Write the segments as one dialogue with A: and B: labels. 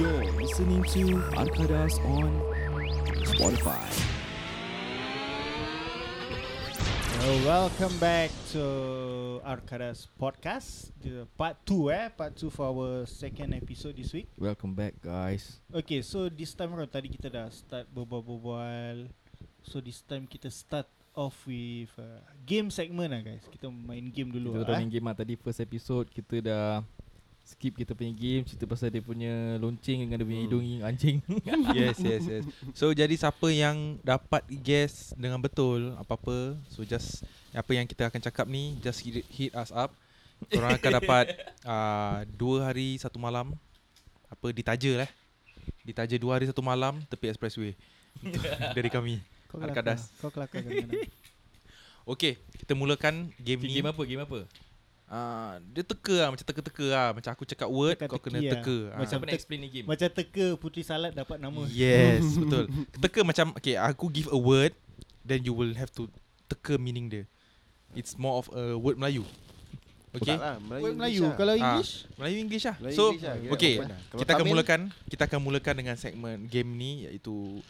A: You're listening to Arkadas on Spotify.
B: Uh, welcome back to Arkadas Podcast the Part 2 eh Part 2 for our second episode this week
A: Welcome back guys.
B: Okay so this time around Tadi kita dah start berbual-bual So this time kita start off with uh, Game segment lah guys Kita main game dulu
C: Kita dah
B: lah,
C: main
B: eh.
C: game lah Tadi first episode Kita dah Skip kita punya game Cerita pasal dia punya Lonceng dengan dia punya
D: Hmm.
C: hidung anjing
D: yes yes yes. So jadi siapa yang dapat guess dengan betul apa-apa, so just apa yang kita akan cakap ni just hit, hit us up. Korang akan dapat uh, dua hari satu malam apa ditaja lah. Ditaja dua hari satu malam tepi expressway dari kami.
B: Kau kelakar
D: Arkadas.
B: Kau kelakar kadang-kadang.
D: Okay, kita mulakan game
C: okay,
D: ni.
C: Game apa game apa
D: Ah, dia teka lah, macam teka-teka lah. Macam aku cakap word,
B: Teka-teki
D: kau kena
B: lah.
D: teka. Ah.
C: Macam
B: Macam
C: Siapa nak
B: tek-
C: explain ni game
B: Macam teka putri salad dapat nama
D: Yes, betul. Teka macam okay, aku give a word then you will have to teka meaning dia. It's more of a word Melayu. Okay?
E: Tak lah, Melayu,
B: Word Melayu Kalau
D: Ah.
B: English
D: Melayu English lah.
E: Melayu
D: so
E: English lah, kira
D: okay,
E: open lah. Kalau
D: kita akan
E: Tamil-
D: mulakan kita akan mulakan dengan segmen game ni iaitu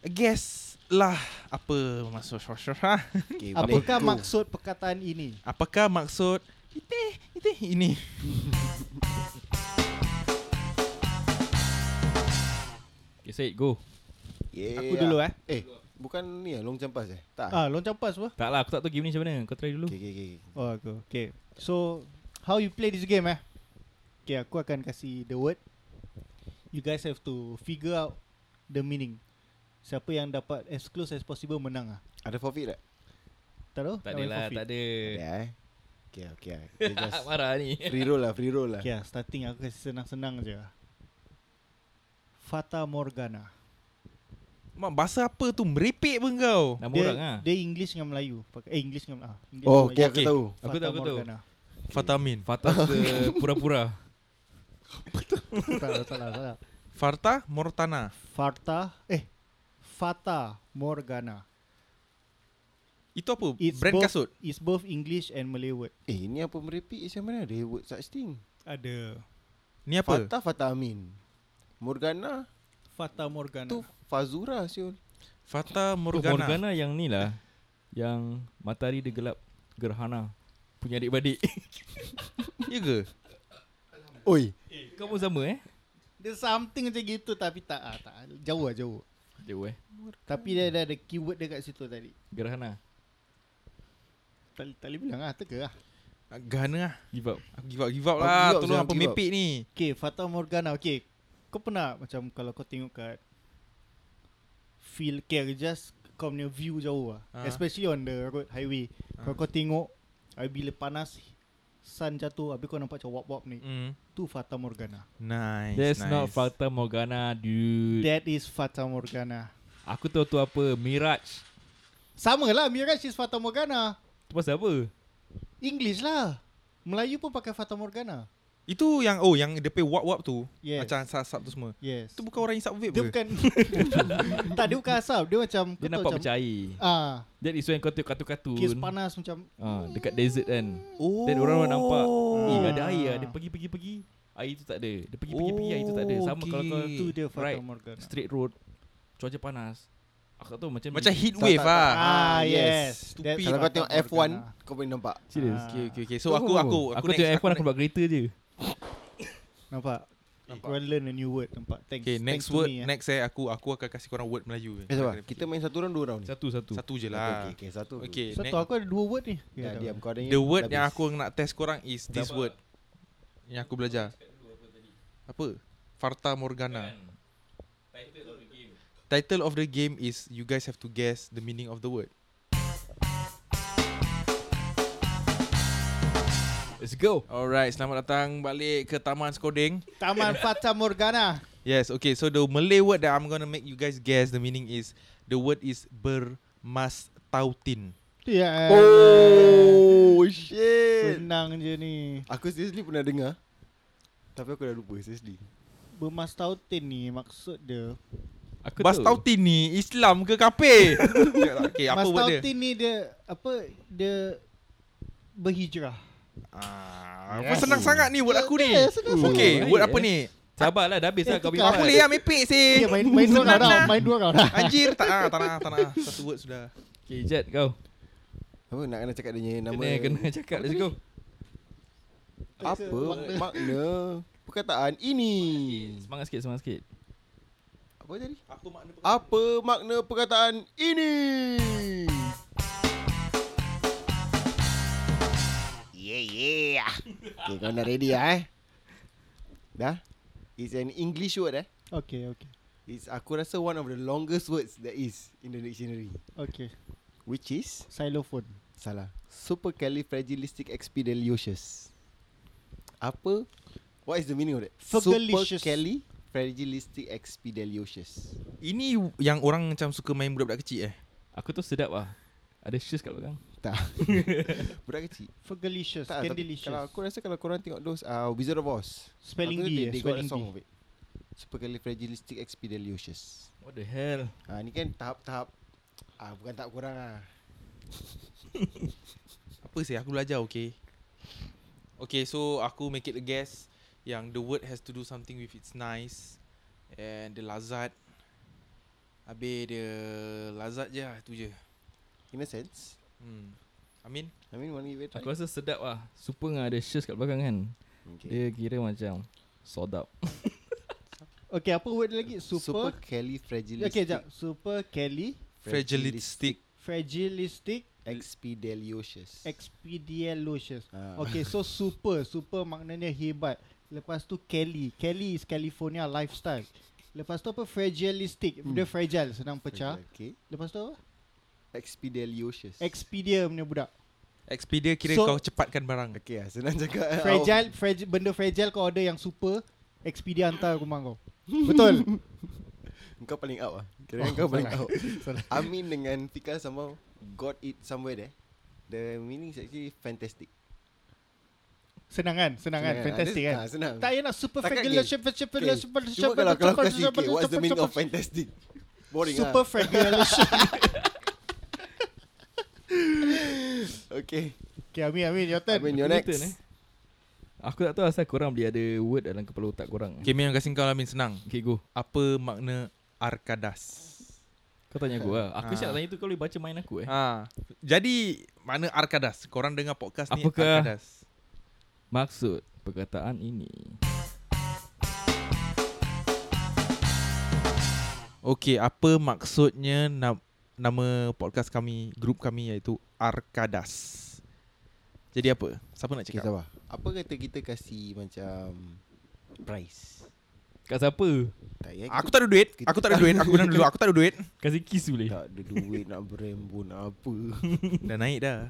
D: guess lah apa maksud
E: okay, boleh.
B: Apakah
E: Go.
B: maksud perkataan ini?
D: apakah maksud itu itu ini
C: Okay Syed go
E: Yeah.
B: Aku dulu eh
E: Eh, bukan ni ya, long jump pass eh? Tak.
B: Ah, loncang pas apa?
C: Tak lah aku tak tahu game ni macam mana Kau try dulu
E: Okay, okay, okay.
B: Oh aku Okay So How you play this game eh Okay aku akan kasih the word You guys have to figure out The meaning Siapa yang dapat as close as possible menang lah
E: Ada forfeit tak?
B: Tak tahu?
C: Tak ada lah tak ada
E: Ada eh. Okay, okay. lah. Kita just
C: Marah ni
E: free roll lah, free roll lah.
B: Okay lah starting aku kasih senang-senang je lah. Fata Morgana
D: Mak bahasa apa tu merepek pun kau.
C: Nama
B: dia,
C: orang lah
B: dia English dengan Melayu Pakai- Eh English dengan ah, English dengan
E: Oh, okay,
B: Melayu.
E: aku
D: Okay.
E: tahu.
C: Aku tahu, aku tahu.
D: Fatamin.
C: Fatah ke pura-pura
B: Salah salah salah
D: Farta Mortana.
B: Fata Eh Fata Morgana
D: Itu apa?
B: It's
D: Brand
B: both,
D: kasut.
B: It's both English and Malay word
E: Eh, ni apa merepek macam mana? Ada word such thing.
B: Ada
D: Ni apa?
E: Fatah, Fatah Amin. Morgana
B: Fata Morgana
E: tu Fazura siul.
D: Fata
C: Morgana.
D: Morgana.
C: Morgana yang ni lah Yang matahari dia gelap Gerhana Punya adik-beradik
D: Ya ke?
E: Oi,
C: Kau pun sama eh
B: Dia something macam gitu tapi tak ah, tak jauh lah jauh.
C: Jauh eh
B: Tapi dia ada ada keyword dekat situ tadi.
C: Gerhana
B: Tak tak boleh bilang ah, teka ah.
D: Nak Gana lah.
C: Give up
D: Aku give up, give up
E: Aku
D: lah.
E: give up,
D: Tolong
E: jangan
D: apa
E: give up.
D: mepek ni.
B: Okay, Fata Morgana. Okay. Kau pernah macam kalau kau tengok kat feel care just kau punya view jauh lah.
D: Ah.
B: Especially on the road highway. Kalau kau tengok habis bila panas sun jatuh habis kau nampak macam wap-wap ni.
D: Mm.
B: Tu Fata Morgana.
D: Nice.
C: That's
D: nice.
C: not Fata Morgana dude
B: That is Fata Morgana.
C: Aku tahu tu apa Mirage
B: Sama lah Mirage is Fata Morgana.
C: Tu pasal apa?
B: English lah. Melayu pun pakai Fata Morgana.
D: Itu yang oh yang depan wap-wap tu.
B: Yes.
D: Macam sub-sub tu semua.
B: Yes.
D: Itu bukan orang yang sub vape
B: Dia
D: ke?
B: bukan Tak dia bukan asap Dia macam kau
C: Dia
B: tahu
C: nampak
B: macam
C: macam air
B: Ah,
C: That is when kau tengok kartun-kartun
B: Kes panas macam
C: ah, Dekat desert kan
D: Oh.
C: Then orang orang nampak Eh
B: Ah.
C: ada air lah Dia pergi-pergi-pergi Air tu tak ada Dia pergi-pergi-pergi Air tu tak ada Sama
D: Okay.
C: kalau kau
B: Ah, Tu dia Fata
C: Right.
B: Morgana
C: Straight road Cuaca panas Aku tak tahu macam
D: Macam
C: ni.
D: heat wave
E: tak,
D: lah.
B: Ah, yes.
D: yes.
B: That's-
D: Stupid.
E: kalau kau tengok
B: Fata
E: F1,
B: Morgana.
E: kau boleh nampak.
C: Serius
B: Ah.
D: Okay, okay, okay. So aku aku
C: Oh. Aku tengok F1 aku buat kereta je
B: Nampak Nampak Kau learn a new word Nampak Thanks
D: Okay,
B: Thanks
D: next
B: to
D: word.
B: me, eh.
D: Next eh aku aku akan kasih korang word Melayu.
E: Eh, sabar. Kita main satu round, dua round ni.
C: Satu-satu
D: satu je
E: Okay,
D: lah.
E: okay, satu.
D: Okay,
B: Satu
D: next.
B: aku ada dua word ni Okay,
E: Ya, diam kau ada
D: The word yang
E: habis.
D: aku nak test korang is this word Yang aku belajar Apa? Farta Morgana Title of the game is You guys have to guess the meaning of the word
C: Let's go
D: Alright, selamat datang balik ke Taman Skodeng
B: Taman Fata Morgana
D: Yes, okay, so the Malay word that I'm gonna make you guys guess The meaning is The word is bermastautin
B: Yeah
E: Oh, shit.
B: Senang je ni
E: Aku seriously pernah dengar Tapi aku dah lupa seriously
B: Bermas tautin ni Maksud dia
C: Aku tahu
D: Mastautin ni Islam ke kafir? Cakap tak? okay, Ya, apa
B: Mas
D: word dia?
B: tautin ni dia Apa Dia Berhijrah
D: Ah, apa senang sangat ni word aku ni
B: Eh, senang sangat.
D: Okay,
C: Baik,
D: word apa
C: eh.
D: ni?
C: Sabarlah dah habis lah kau
D: Tak
B: Tak
C: bimbang.
D: boleh lah mepek sih.
B: Okay, Ya, main, main dua kau dah. Main dua kau dah.
D: Anjir tak ah, tak nak ah, tak nak ah. Satu word sudah.
C: Okay, Jet kau.
E: Apa nak kena cakap dia punya nama
C: Kena, kena cakap let's go.
E: Apa makna Perkataan ini
C: Semangat sikit, semangat sikit.
E: Apa tadi?
D: Apa makna
E: Apa makna perkataan ini? Yeah, yeah. Okay, kau dah ready lah eh? Dah? It's an English word eh?
B: Okay, okay.
E: It's aku rasa one of the longest words that is in the dictionary.
B: Okay.
E: Which is?
B: Xylophone.
E: Salah. Supercalifragilisticexpialidocious. Apa? What is the meaning of that?
B: Fergalicious.
E: Supercalifragilisticexpialidocious.
D: Ini yang orang macam suka main budak-budak kecil eh.
C: Aku tu sedap lah. Ada shoes kat belakang.
E: Tak. Budak kecil.
B: Fergalicious.
E: Tak, tapi
B: Scandalicious.
E: kalau aku rasa kalau korang tengok those uh, Wizard of Oz
B: Spelling
E: aku
B: bee,
E: They,
B: eh,
E: they got a
B: spelling
E: song
B: bee.
E: of it Supercalifragilisticexpialidocious
C: What the hell?
E: ha, Ni kan tahap-tahap ah, Bukan tahap korang lah
D: Apa sih aku belajar okay. Okay so aku make it a guess yang the word has to do something with its nice and the lazat. Habis the lazat je lah, tu je.
E: In a sense
D: Hmm. I mean
E: I mean wanna give it a
C: Aku
E: try
C: rasa sedap lah. Super dengan ada shoes kat belakang kan.
E: okay.
C: Dia kira macam sodap.
B: Okay, apa word lagi? Super.
E: Supercalifragilistic
B: Okay, jap. Super Kelly.
D: fragilistic.
B: Fragilistic.
E: Expialidocious
B: Expeditious.
E: Ah.
B: Okay, so super. Super maknanya hebat. Lepas tu Kelly. Kelly is California lifestyle. Lepas tu apa? Fragilistic. Dia
E: Hmm.
B: fragile, senang pecah.
E: Okay
B: Lepas tu apa?
E: Expialidocious
B: Expedia punya budak.
D: Expedia kira
B: So-
D: so, kau cepatkan barang.
E: Okay lah senang cakap
B: Fragile, fragile benda fragile kau order yang super, Expedia hantar rumah kau. Betul.
E: Oh, Kau paling out lah Kira oh, kau paling
B: salah.
E: out Amin dengan Fika somehow Got it somewhere there The meaning is actually fantastic
B: Senang kan? Senang kan?
E: Senang kan?
B: Fantastic
E: Ada-
B: kan?
E: ah, senang.
B: Tak payah nak super
E: Takat
B: fragile.
E: game.
B: super- super-
E: Okay.
B: super-
E: Cuma
B: super-
E: kalau kalau
B: super-
E: kau sikit
B: super-
E: What's the
B: super-
E: meaning of
B: super-
E: fantastic? Boring
B: Super
E: lah
B: fragile.
E: Okay
B: Okay, Amin, Amin, your
E: I
B: turn.
E: mean your
C: Aku
E: next
C: turn, eh. Aku tak tahu asal korang boleh ada word dalam kepala otak korang.
D: Okay, Min yang kasih kau lah Min senang.
C: okay go.
D: Apa makna arkadas?
C: Kau tanya
B: Ha.
C: aku lah. Aku
D: Ah.
C: siap tanya tu kau boleh baca main aku eh.
D: Ha. Jadi mana arkadas? Korang dengar podcast ni
C: Apakah-
D: arkadas.
C: Maksud perkataan ini.
D: Okey, apa maksudnya na- nama podcast kami, grup kami iaitu Arkadas. Jadi apa? Siapa nak
E: Okay
D: cakap?
E: sabar Apa kata kita kasih macam Price
C: Kat siapa?
E: Tak ya
D: Aku tak ada duit. Aku tak ada duit. Aku bilang dulu aku tak ada duit.
C: Kasih kiss boleh?
D: Ya.
E: tak ada duit nak berembo nak apa
D: Dah naik dah.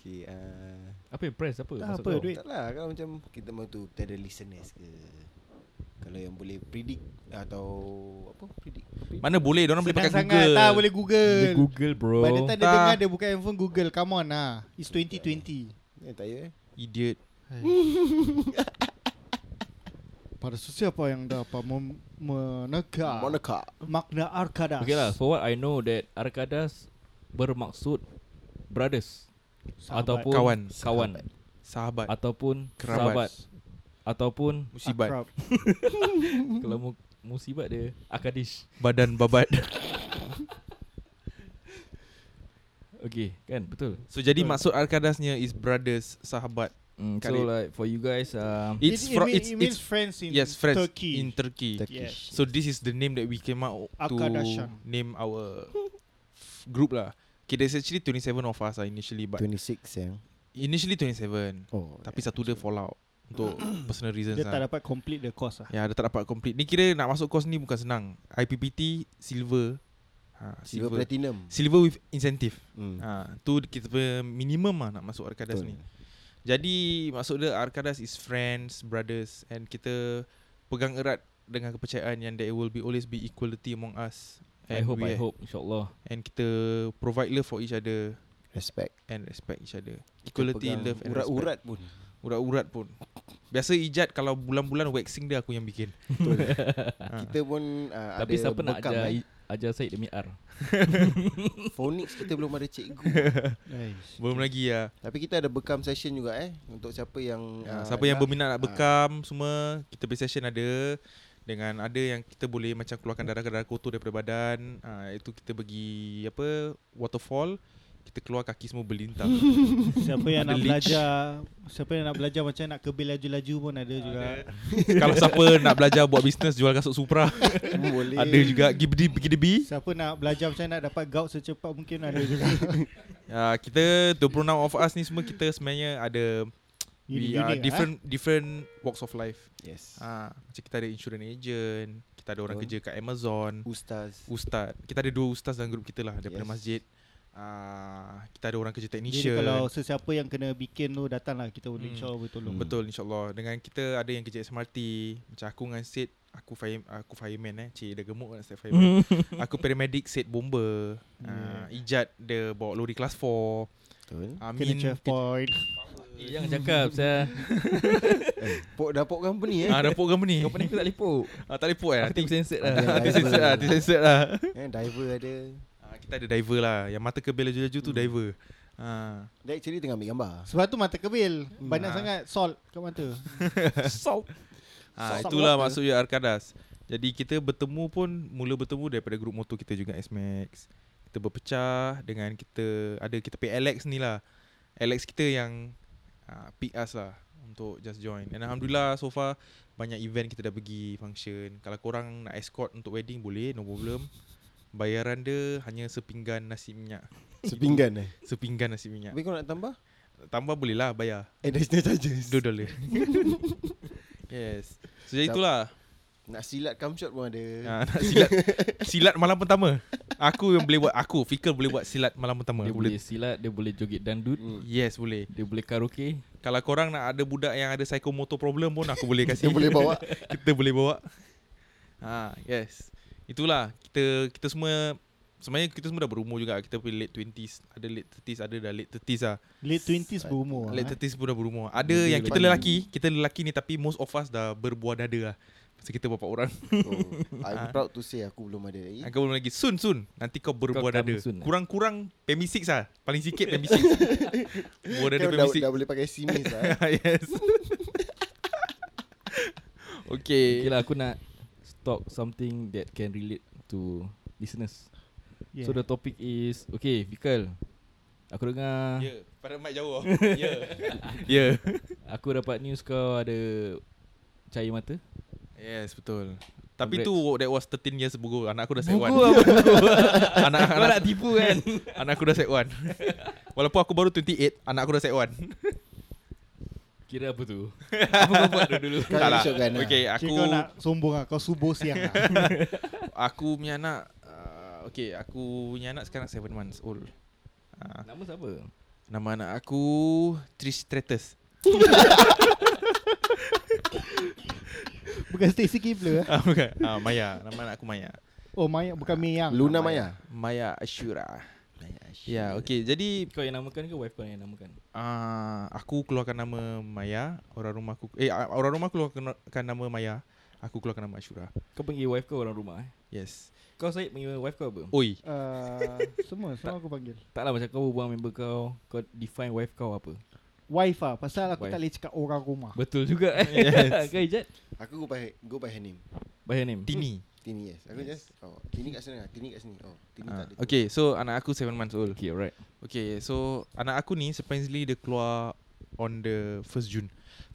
E: Okay uh,
C: Apa yang press? Apa?
B: Tak,
C: Maksud
B: apa,
C: kau?
B: duit.
E: Tak lah kalau macam kita mau tu kita ada listeners ke kalau yang boleh predict atau apa predict Predict.
D: Mana boleh Diorang boleh
B: Senang
D: pakai
B: sangat.
D: Google.
B: Tak, boleh Google.
C: Dia Google bro.
B: By the time dia
D: Tak.
B: dengar, dia buka handphone Google. Come on lah. It's 2020.
E: eh, tak ya eh
D: Idiot.
B: Pada sesiapa yang dapat mem- menegak
E: Monica
B: makna Arkadas.
C: Okay lah For what I know that Arkadas Bermaksud Brothers
B: Sahabat.
C: Ataupun
D: Kawan.
C: Kawan
D: Sahabat.
C: Ataupun Sahabat
D: Kerabat.
C: Ataupun
D: Musibat.
B: Akrab.
C: Kalau mu, musibat dia Akadish
D: Badan babat.
C: Okay kan betul
D: So jadi maksud Arkadasnya is brothers, sahabat.
C: mm, So
D: Correct.
C: like for you guys um,
B: It,
D: It's
B: it,
D: from
B: mean-
D: it's
B: it means
D: it's
B: friends in
D: yes, friends
B: Turkey.
D: in Turkey.
B: Yes.
D: So this is the name that we came out to
B: Akadashan.
D: name our f- group lah. Okay, there's actually 27 of us lah initially but
E: 26 yang
D: initially 27
E: oh
D: tapi satu dia fallout untuk personal reasons
B: Dia tak
D: lah.
B: dapat complete the course lah.
D: Ya, dia tak dapat complete. Ni kira nak masuk course ni bukan senang. IPPT silver. Ha,
E: silver
D: silver.
E: platinum
D: Silver with incentive.
E: hmm.
D: Ha, tu kita punya minimum lah nak masuk Arkadas ni.
E: Betul.
D: Jadi maksud dia Arkadas is friends, brothers and kita pegang erat dengan kepercayaan yang there will be always be equality among us.
C: I hope
D: Eh, we-
C: I hope InsyaAllah
D: And kita provide love for each other
E: respect
D: and respect each other. Equality,
E: Pegang
D: love and
E: urat-urat pun
D: respect. Urat-urat pun. Biasa ijat kalau bulan-bulan waxing dia aku yang bikin.
E: betul
D: Ha.
E: kita pun uh,
C: Tapi
E: ada
C: siapa nak
E: bekam,
C: ajar
E: eh.
C: i- Ajar Syed demi R
E: Phonics kita belum ada cikgu
B: Nice.
D: Belum lagi lah
E: Tapi kita ada bekam session juga eh Untuk siapa yang
D: Ha,
E: ah,
D: siapa yang
E: nak-
D: berminat nak
E: ah,
D: bekam semua kita punya session ada dengan ada yang kita boleh macam keluarkan darah-darah kotor daripada badan. Ha, itu kita pergi apa waterfall kita keluar kaki semua berlintang.
B: Siapa yang
D: Ada
B: nak
D: leech.
B: belajar Siapa yang nak belajar Macam nak kebil laju-laju pun Ada juga
D: Kalau siapa nak belajar buat bisnes jual kasut Supra
E: Boleh
D: ada juga gibdi gibdi.
B: Siapa nak belajar Macam nak dapat gout secepat Mungkin ada juga
D: Ha, kita 26 of us ni semua kita sebenarnya ada we are
B: Unik-unik,
E: eh?
D: different different walks of life.
E: Yes
D: Ha, macam kita ada insurance agent, kita ada orang
E: Ah. Betul.
D: kerja kat Amazon.
E: Ustaz
D: ustaz. Kita ada dua ustaz dalam grup kita lah daripada
E: Yes.
D: yes. masjid. Uh, kita ada orang kerja
B: eh.
D: technician.
B: Jadi kalau sesiapa yang kena bikin tu Datanglah kita boleh
D: Hmm.
B: InsyaAllah boleh tolong
D: betul insyaallah. Dengan kita ada yang kerja SMRT, macam aku dengan Sid, aku fire aku fireman eh. Cik dah gemuk nak Sid fireman. aku paramedic, Sid bomber. Uh, Ijat dia bawa lori kelas 4.
E: Betul
B: Kena
D: Amin
B: chef point
C: Eh jangan cakap saya
E: Pok dah pok company eh
D: Ah, dah pok kamu ni.
C: Kau pandai aku tak lipuk
D: Ah, tak boleh pok eh.
C: Aku tengok censored lah
E: Ada
D: Nanti
E: diver.
D: censored lah, nanti censored lah.
E: eh, Diver ada
D: Ah, kita ada diver lah. Yang mata kebil laju-laju
B: Hmm.
D: tu diver. Ah,
E: Dia actually tengah ambil gambar
B: Sebab tu mata kebil Hmm. Banyak
D: Ah.
B: sangat salt kat mata
C: Salt
D: Ah,
B: Salt
D: itulah
B: water.
D: maksudnya Arkadas. Jadi kita bertemu pun mula bertemu daripada grup motor kita juga S-Max. Kita berpecah dengan kita ada kita pay Alex ni lah. Alex kita yang uh, pick us lah untuk just join. And alhamdulillah so far banyak event kita dah pergi function. Kalau korang nak escort untuk wedding boleh, no problem. Bayaran dia hanya sepinggan nasi minyak.
E: Sepinggan eh
D: Sepinggan nasi minyak.
E: Tapi kau nak tambah
D: Tambah boleh lah bayar.
E: Additional Eh, charges
D: 2 dolar. yes. So jadi
E: Tam-
D: itulah.
E: Nak silat come shot pun ada
D: Ah, nak silat silat malam pertama. Aku yang boleh buat aku Fikir boleh buat silat malam pertama.
C: Dia
D: Aku boleh.
C: boleh silat Dia boleh joget dandut
D: Yes, boleh.
C: Dia boleh karaoke
D: Kalau korang nak ada budak yang ada psychomotor problem pun aku boleh
E: Dia
D: kasih.
E: boleh bawa
D: kita boleh bawa. Ha, yes. Itulah kita kita semua sebenarnya kita semua dah berumur juga. Kita pun late 20s, ada late 30s, ada dah late 30s lah.
B: Late 20s berumur
D: Late
B: eh.
D: 30s pun dah berumur. Ada
C: Lebih
D: yang kita
C: daripada
D: lelaki, kita lelaki ni tapi most of us dah berbuah dada lah. Pasal kita bapak orang.
E: oh, I'm proud to say aku belum ada lagi
D: Kau belum lagi Soon soon Nanti kau berbuah
C: Kau come
D: dada
C: soon, eh?
D: Kurang-kurang Pemi 6 lah Paling sikit Pemi 6 Buah dada
E: Kau
D: Pemi
E: dah, dah boleh pakai simis lah
D: 6
E: eh.
D: Yes
C: Okay
D: Okay
C: lah aku nak Talk something that can relate to Listeners
B: Yeah.
C: So the topic is Okay Fikal Aku dengar
D: Ya Pada mic jauh oh. Ya Ya
C: Aku dapat news kau ada Cahaya mata
D: Yes betul Tapi
C: Congrats.
D: tu That was 13 years ago Anak aku dah set 1 anak,
C: Kau
D: anak,
C: nak tipu kan
D: anak aku dah set 1 Walaupun aku baru 28 Anak aku dah set 1
C: Kira apa tu Apa kau buat dulu
E: Kau
D: Tak lah
E: shock kan, ah?
D: Okay
B: Aku
D: aku
B: kau nak sombong lah Kau subuh siang lah
D: Aku punya anak uh, Okay aku punya anak sekarang 7 months old uh,
C: Nama siapa
D: Nama anak aku Trish Stratus
B: Bukan Stacy Kibler eh.
D: Ah bukan ah, Maya Nama anak aku Maya
B: Oh Maya Bukan Meyang
E: Luna Maya
D: Maya Ashura Ya yeah, okay Jadi
C: Kau yang namakan ke wife kau yang namakan
D: uh, Aku keluarkan nama Maya Orang rumah aku Eh ah, orang rumah aku keluarkan nama Maya Aku keluarkan nama Ashura
C: Kau panggil wife kau orang rumah eh
D: Yes
C: Kau Syed panggil wife kau apa
D: Oi
B: uh, Semua Semua aku panggil
C: Tak lah macam kau berbual member kau Kau define wife kau apa
B: Wife lah Pasal aku
C: Wife.
B: tak boleh cakap orang rumah
C: Betul juga eh yes. Kau Ijat
E: Aku go by Go by her name
C: By her name
D: Tini
E: Tini yes Aku
C: Yes.
E: yes. just oh, Tini kat sana Tini kat sini Oh Tini
D: Ah,
E: tak ada
D: Okay so anak aku 7 months old
C: Okay alright
D: Okay so Anak aku ni surprisingly dia keluar On the 1st June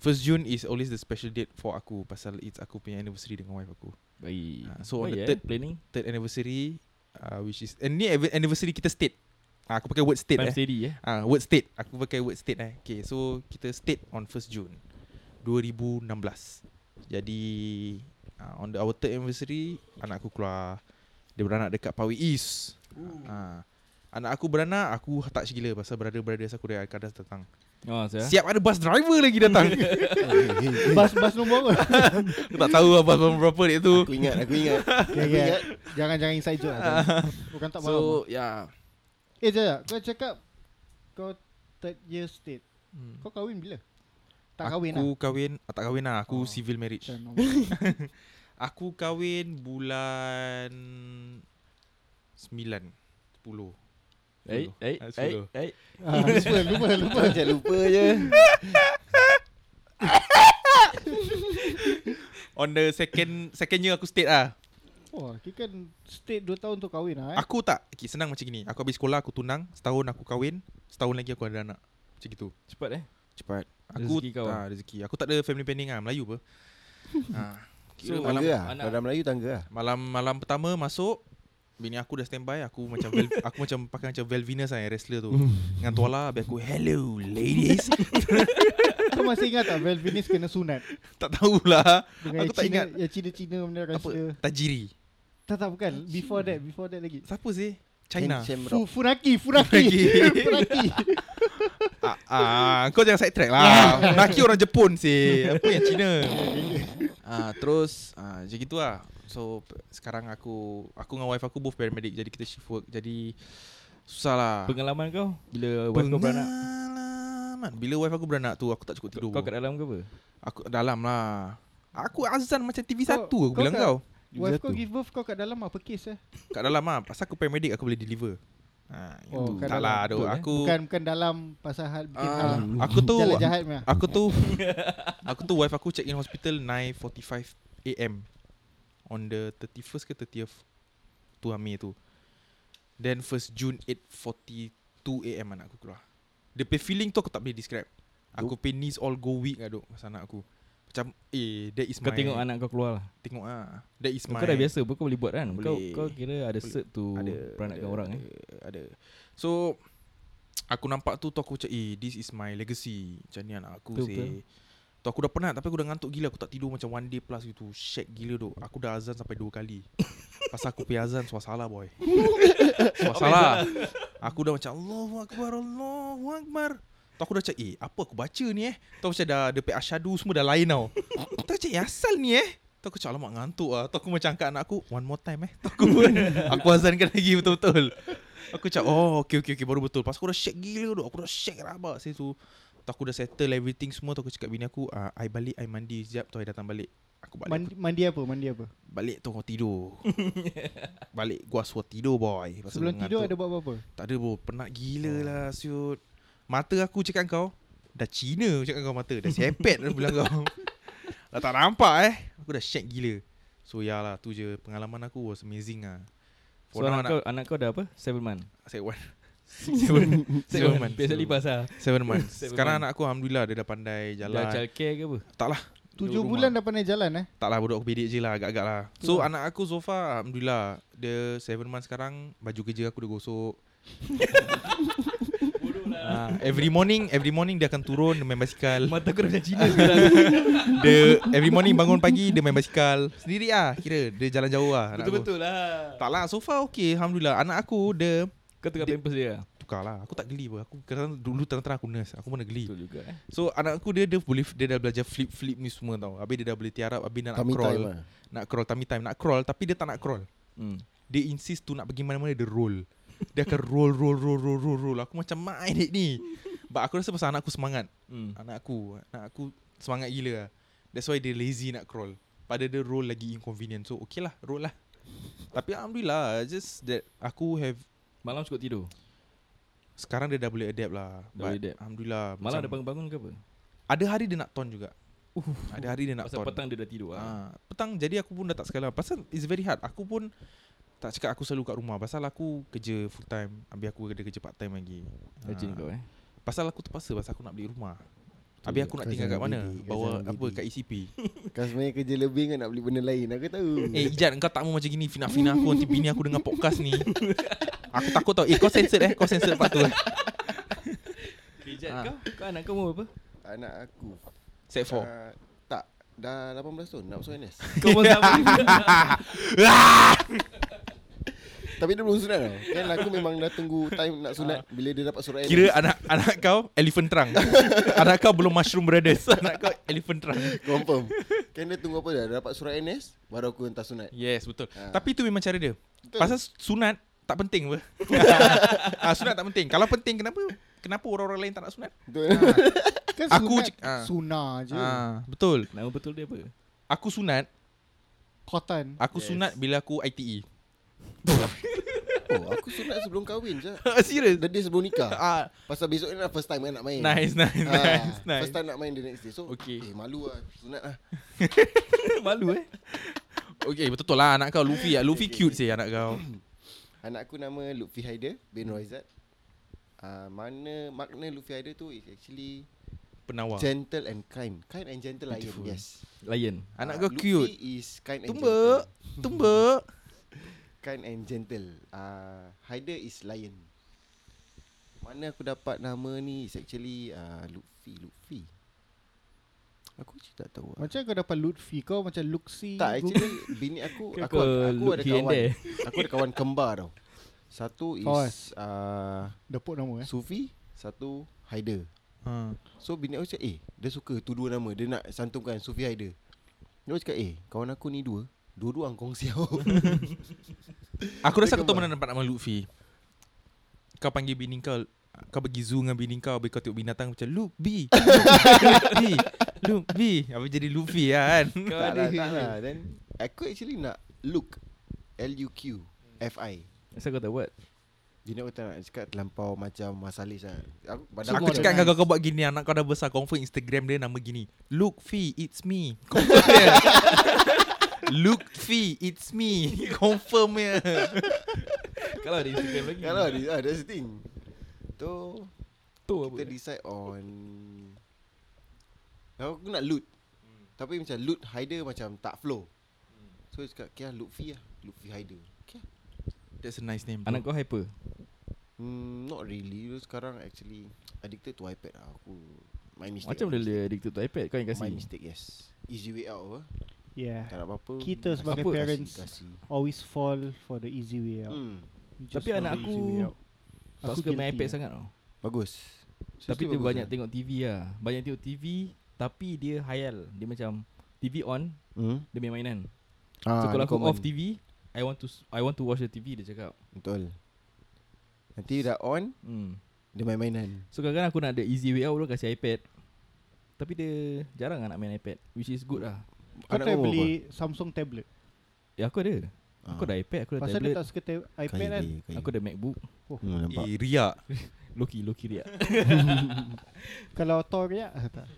D: 1st June is always the special date for aku Pasal it's aku punya anniversary dengan wife aku
C: Baik
D: Ah, so on
C: Baik,
D: the
C: eh,
D: third-
C: planning
D: third anniversary uh, which is and ni anniver- anniversary kita state. Uh, aku pakai word state
C: Time
D: eh.
C: steady eh
D: Ah uh, word state. Aku pakai word state eh. Okay, so kita state on 1st June 2016. Jadi uh, on the our third anniversary anak aku keluar dia beranak dekat Pawi East. Ah. Uh, anak aku beranak Aku tak gila Pasal brother-brother aku dari Alkadas datang
C: Oh saya
D: Siap ada bus driver lagi datang
B: Bas bas nombor apa
D: Aku tak tahu lah bus berapa dia tu
E: Aku ingat Aku ingat
B: okay,
E: Aku
B: okay.
E: ingat
B: Jangan-jangan inside joke lah Bukan tak malam
D: ya- So ya. yeah
B: Eh jap jap. Kau cakap Kau third year state
D: Hmm.
B: Kau kahwin bila? Tak kahwin lah
D: Aku kahwin ah, Tak kahwin lah Aku
B: Oh.
D: civil marriage
B: Macam normal.
D: Aku kahwin bulan Sembilan Sepuluh
C: Baik,
D: Sepuluh.
C: baik,
D: Ah,
C: baik,
D: sepuluh.
B: Ah, lupa,
C: baik.
B: lupa, lupa.
E: Macam lupa je
D: On the second Second year aku state lah
B: Wah, kita kan stay 2 tahun untuk kahwin lah eh.
D: Aku tak okay, Senang macam ni Aku habis sekolah Aku tunang Setahun aku kahwin Setahun lagi aku ada anak Macam gitu
C: Cepat eh.
E: Cepat
D: Aku
C: Rezeki kau
D: ah, Rezeki Aku tak ada family planning lah Melayu apa ha.
E: Kira
C: So,
E: tangga
C: malam-
E: lah
C: anak-
E: Kalau dalam Melayu tangga lah
D: Malam malam pertama masuk Bini aku dah standby Aku macam vel, Aku macam pakai macam Val Venus lah yang wrestler tu Dengan tuala Habis aku Hello ladies
B: Kau masih ingat tak Velvinis kena sunat?
D: Tak tahulah
B: Dengan
D: Aku
B: yang
D: tak
B: Cina,
D: ingat
B: yang Cina-Cina benda
D: Apa
B: rasa.
D: Tajiri
B: Tak tak bukan. Before that, before that lagi.
D: Siapa sih China
E: Hand Shamrock.
B: Fu, Funaki, Funaki.
D: Funaki.
B: Funaki.
D: ah, ah, Kau jangan side track lah Naki orang Jepun sih Apa yang Cina ah, Terus ah, Macam gitu lah So p- Sekarang aku Aku dengan wife aku Both paramedic Jadi kita shift work Jadi Susah lah
C: Pengalaman kau bila wife kau beranak?
D: Pengalaman. Bila wife aku beranak tu Aku tak cukup tidur
C: Kau kat dalam ke apa?
D: Aku dalam lah Aku azan macam TV1
B: Kau-
D: aku
B: kau
D: bilang
B: kat-
D: kau
B: Wife kau
C: Satu.
B: give birth kau kat dalam apa kes eh?
D: Kat dalam lah Pasal aku paramedic aku boleh deliver ha,
B: Oh,
D: itu.
B: kat
D: Tak
B: dalam.
D: lah duk.
C: Betul, eh?
D: Aku
B: Bukan bukan dalam pasal hal bikin hal
D: ah, Aku tu
B: jahat-jahat meh.
D: Aku tu Aku tu wife aku check in hospital 9.45 am On the 31st ke 30th Tu lah Mei tu Then 1st June 8.42 am anak aku keluar Dia pay feeling tu aku tak boleh describe Aku pay knees all go weak lah duk Pasal anak aku Macam eh that is
C: Kau
D: my
C: tengok anak kau keluar lah.
D: Tengok ah. That is my
C: Kau dah biasa apa kau boleh buat kan? Kau
D: Boleh.
C: kau kira ada
D: Boleh.
C: cert tu
D: Ada,
C: peranakkan
D: ada,
C: orang eh.
D: ada. So aku nampak tu tu aku macam eh this is my legacy. Macam ni anak aku
C: Betul,
D: sih. Tu aku dah penat tapi aku dah ngantuk gila aku tak tidur macam one day plus gitu. Shag gila tu. Aku dah azan sampai dua kali. Pasal aku pergi azan suasala boy.
C: lah.
D: suasala. aku dah macam Allahu akbar Allahu akbar. Tu aku dah cakap eh apa aku baca ni eh. Tu macam dah dekat asyadu semua dah lain tau. Tu cakap eh asal ni eh. Tu aku cakap alamak ngantuk ah. Tu aku macam angkat anak aku one more time eh. Tu aku aku azankan lagi betul-betul. Aku cakap oh okay okay okay baru betul. Pas aku dah shake gila tu. Aku dah shake rabak saya tu. Tu aku dah settle everything semua tu aku cakap bini aku ah I balik I mandi sekejap tu I datang balik. Aku balik
B: Mandi, mandi apa? Mandi apa?
D: balik tu kau tidur. balik gua suruh tidur boy. Pasal
B: Sebelum tidur ada
D: ngantuk.
B: buat apa-apa?
D: Tak ada bro Penat gila oh. lah siut Mata aku cakap kau Dah Cina cakap kau mata Dah sepet dah bilang kau Dah tak nampak eh Aku dah shag gila So ya lah tu je Pengalaman aku was amazing lah
C: So
D: For
C: anak
D: now
C: kau
D: anak
C: anak kau dah apa? 7 month.
D: Saya one
C: Seven
D: Seven months.
C: Biasa lipas lah
D: Seven months
C: Seven
D: Sekarang
C: months.
D: anak aku Alhamdulillah dia dah pandai
C: Dah
D: jalan
C: childcare ke apa?
D: Tak lah
B: Tujuh
D: rumah.
B: bulan dah pandai jalan eh.
D: Tak lah bodoh aku bedik je lah Agak-agak lah So anak aku so far Alhamdulillah Dia 7 months sekarang Baju kerja aku dah gosok Ah, every morning Every morning dia akan turun Dia main basikal
C: Mata kau dah macam Cina sekarang
D: Dia every morning bangun pagi Dia main basikal Sendiri lah Kira dia jalan jauh lah anak aku.
C: Betul-betul lah
D: Tak lah so far okay Alhamdulillah Anak aku dia
C: Kau tengah pampers dia lah
D: Tukar lah Aku tak geli pun Aku kadang dulu terang-terang aku nurse Aku mana geli
C: Betul juga eh
D: So anak aku dia Dia boleh Dia dah belajar flip-flip ni semua tau Habis dia dah boleh tiarap Habis dia nak
E: Tummy
D: crawl
E: time lah
D: Nak crawl tummy time Nak crawl Tapi dia tak nak crawl
C: hmm.
D: Dia insist tu nak pergi mana-mana Dia roll Dia akan roll roll roll roll roll, roll. Aku macam main dek ni But aku rasa pasal anak aku semangat
C: Hmm.
D: Anak aku Anak aku semangat gila lah. That's why dia lazy nak crawl Pada dia roll lagi inconvenient So okay lah roll lah Tapi Alhamdulillah Just that Aku have
C: Malam cukup tidur
D: Sekarang dia dah boleh adapt lah
C: Dah boleh adapt.
D: Alhamdulillah
C: Malam ada
D: macam-
C: bangun-bangun ke apa?
D: Ada hari dia nak ton juga Ada hari dia nak
C: Pasal
D: ton
C: petang dia dah tidur lah
D: Ah, petang jadi aku pun dah tak sekali Pasal it's very hard Aku pun tak cakap aku selalu kat rumah Pasal aku kerja full time Habis aku ada kerja part time lagi
C: Rajin
D: Ah,
C: kau eh
D: Pasal aku terpaksa Pasal aku nak beli rumah
C: Betul
D: Habis
C: juga.
D: aku nak
E: Kau
D: tinggal kat
E: jangan
D: mana
E: bidik, kau
D: Bawa
E: jangan
D: apa
E: bidik.
D: kat E ECP
E: Kau sebenarnya kerja lebih kan nak beli benda lain Aku tahu
D: Eh Ijan kau tak mau macam gini Fina-fina aku Nanti bini aku dengar podcast ni Aku takut tau Eh kau censored eh Kau censored part tu eh
C: Bijak
D: Ah.
C: kau? Kau anak kau umur apa?
E: Anak aku
D: Set 4
E: ah, Tak Dah 18 tahun Nak masuk NS
C: Kau pun sama
E: Tapi dia belum sunat tau Kan aku memang dah tunggu time nak sunat Bila dia dapat surat
D: Kira anak anak kau Elephant trunk Anak kau belum Mushroom Brothers Anak kau elephant trunk
E: Confirm Kan dia tunggu apa dah Dah dapat surat NS Baru aku hentas sunat
D: Yes betul
E: Ah.
D: Tapi tu memang cara dia
E: Betul.
D: Pasal sunat Tak penting apa ah, Sunat tak penting Kalau penting kenapa Kenapa orang-orang lain tak nak sunat
E: Betul
B: Kan
D: Aku
B: sunat,
D: cik-
C: ha.
D: ah.
B: sunah
E: Ya.
B: je.
D: ah, Betul
C: Nama betul dia apa?
D: Aku sunat
B: Cotton.
D: Aku E.
C: Yes.
D: sunat bila aku ITE
E: Oh aku sunat sebelum kahwin je
D: Serius
E: The day sebelum nikah
D: ah,
E: Pasal besok ni lah first time kan nak main
D: Nice nice
E: Ah,
D: nice, nice.
E: First time nak main the next day So
D: Okay.
E: eh, malu lah Sunat lah
D: Malu eh Okay betul-betul lah anak kau Luffy lah Luffy cute sih anak kau
E: Anak aku nama Lutfi Haider bin Roizat uh, Mana Makna Lutfi Haider tu is actually
D: Penawar
E: Gentle and kind Kind and gentle lion
D: Beautiful.
E: Yes
C: Lion
D: Anak kau
E: Ah,
D: cute
E: Lutfi is kind and
D: Tumba
E: gentle
D: Tumba
E: Kind and gentle uh, Haider is lion Mana aku dapat nama ni Is actually uh, Lutfi Lutfi Aku je tak tahu lah.
B: Macam kau dapat Lutfi Kau macam Luxi
E: Tak actually Bini aku
C: Kau
E: Aku, aku, aku
C: look
E: ada
C: here and
E: kawan
C: there.
E: Aku ada kawan kembar tau Satu
B: Fawaz.
E: is uh,
B: Depot nama eh
E: Sufi Satu Haider
D: ha.
E: So bini aku cakap Eh dia suka tu dua nama Dia nak santumkan Sufi Haider Dia orang cakap Eh kawan aku ni dua Dua-dua angkong siau
D: Aku rasa aku tahu
E: Kembar.
D: mana dapat nama Luffy Kau panggil bini kau Kau pergi zoo dengan bini kau Habis kau tengok binatang macam Luffy Luffy Luffy Habis jadi Luffy lah kan
E: Tak lah tak lah Then Aku actually nak Look L-U-Q F-I
C: Asal kau tak buat
E: Bini aku tak nak cakap Terlampau macam Masalis lah Aku, badan
D: Aku
E: macam-
D: cakap dengan kau, kau buat gini Anak kau dah besar Confirm Instagram dia nama gini Luffy it's me Confirm dia Luffy it's me Confirm ya
C: Kalau ada Instagram lagi
E: Kalau ada ah, That's the thing So
C: Tahu apa
E: Kita decide on Aku nak loot
C: Hmm.
E: Tapi macam loot Haider macam tak flow So dia cakap Okay lah Lutfi lah Lutfi Haider Okay lah.
D: That's a nice name bro.
C: Anak kau hyper
E: hmm, Not really Dia sekarang actually Addicted to iPad lah Aku My mistake
C: Macam
E: my
C: mana dia addicted to iPad Kau yang
E: mistake. My
C: kasih
E: mistake yes Easy way out apa
B: Yeah
E: Tak nak apa-apa
B: Ya. Kita
E: Kasih,
B: sebagai
E: kasih,
B: parents
E: kasih.
B: Always fall for the easy way out
E: Hmm,
B: You just
C: Tapi
B: know
C: anak
B: the
C: aku
B: easy way out.
C: Tak
B: Aku
C: suka main
B: guilty
C: iPad
B: ah.
C: sangat tau
E: Bagus
C: Tapi
E: Seriously
C: dia
E: bagus
C: banyak
E: lah.
C: tengok TV lah Banyak tengok TV Tapi dia hayal Dia macam TV on
E: hmm?
C: Dia main mainan So
E: ah,
C: kalau aku
E: common.
C: off TV I want to I want to watch the TV Dia cakap
E: Betul Nanti dah on
C: hmm.
E: Dia main-mainan
C: So kadang-kadang aku nak ada easy way out Orang kasih iPad Tapi dia jarang lah nak main iPad Which is good lah
B: Kau
E: Anak
B: try
E: kau
B: beli Samsung tablet
C: Ya aku ada Aku ada iPad Aku ada
B: Pasal
C: tablet
B: dia tak suka tab- iPad kan
C: Aku ada Macbook
E: hmm, nampak.
D: Eh Ria
C: Loki Loki dia
B: Kalau Thor ya ah, tak.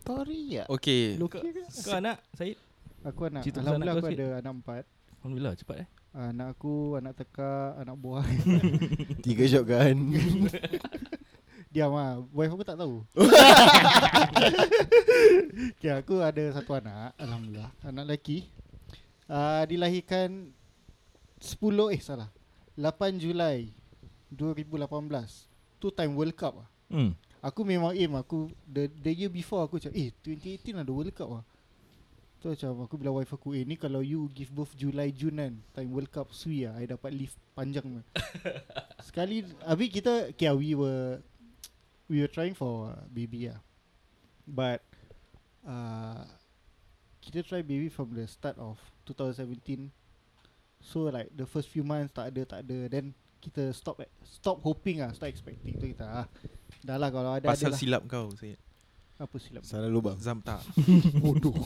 E: Tori ya.
D: Okay
C: Loki Kau anak Syed
B: Aku anak
C: Cerita pasal
B: Alhamdulillah
C: anak
B: aku
C: kau
B: ada anak empat
C: Alhamdulillah cepat eh
B: Anak aku Anak teka Anak buah
E: Tiga kan? shotgun.
B: Diam lah Wife aku tak tahu okay, Aku ada satu anak Alhamdulillah Anak lelaki uh, Dilahirkan 10 eh salah 8 Julai 2018 Two time World Cup lah
C: Hmm
B: Aku memang aim Aku The, the year before aku macam Eh 2018 ada World Cup lah Tu macam aku bilang wife aku Eh ni kalau you give birth Julai Jun kan Time World Cup Sui lah I dapat leave panjang lah. Sekali Habis kita Okay lah, we were We were trying for baby lah But uh, Kita try baby from the start of 2017 So like the first few months Tak ada tak ada Then kita stop stop hoping ah stop expecting tu kita ah dah lah kalau ada ada
D: Pasal
B: lah.
D: silap kau Syed
B: apa silap
E: Salah lubang.
D: Zam tak
B: bodoh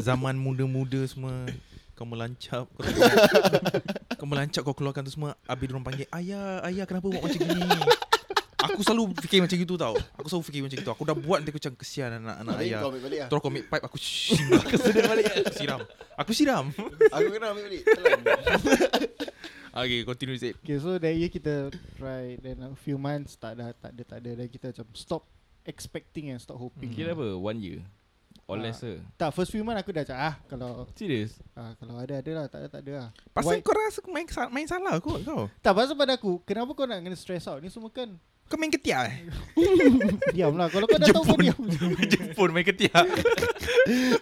D: Zaman muda-muda semua Kau melancap Kau, tak, kau melancap kau keluarkan tu semua Habis diorang panggil Ayah, ayah kenapa buat macam gini Aku selalu fikir macam itu tau Aku selalu fikir macam itu Aku dah buat nanti aku macam kesian anak-anak
E: Habis
D: ayah
E: Kau ambil balik lah.
D: Terus aku ambil pipe Aku siram Aku sedar balik Aku siram Aku siram
E: Aku kena ambil balik. Telan.
D: Okay continue Zaid
B: okay so that year kita try then a few months tak ada tak ada tak ada then kita macam stop expecting and stop hoping
C: Hmm. Kira apa One year Or
B: Ah.
C: less lah
B: tak first few months aku dah macam ah kalau
C: Serius
B: ah, kalau ada ada lah tak ada tak ada lah Why-
D: Pasal kau rasa aku main, sa- main salah kot kau
B: tak pasal pada aku kenapa kau nak kena stress out ni semua kan
D: Kau main ketiak eh
B: diam lah kalau kau dah tahu kau
D: Jepun.
B: diam
D: Jepun main ketiak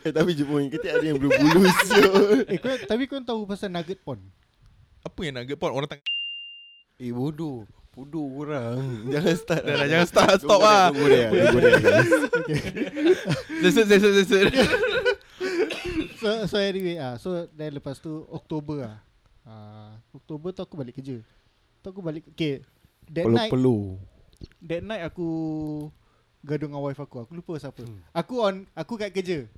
E: eh, tapi jumpa yang ketik ada yang bulu-bulu siul.
B: eh kau tapi kau tahu pasal nugget pon
D: Apa yang nak pun orang tang
E: Eh bodoh. Bodoh orang. Jangan start.
D: Dah dah jangan start Stop
E: Tunggu dia,
D: lah
E: Tunggu dia. Tunggu dia.
D: Zed Zed Zed Zed
B: so, so anyway ah so then lepas tu Oktober ah. Ah Oktober tu aku balik kerja. Tu aku balik okay. That night
E: Perlu-perlu.
B: that night aku gaduh dengan wife aku. Aku lupa siapa.
E: Hmm.
B: Aku on aku kat kerja.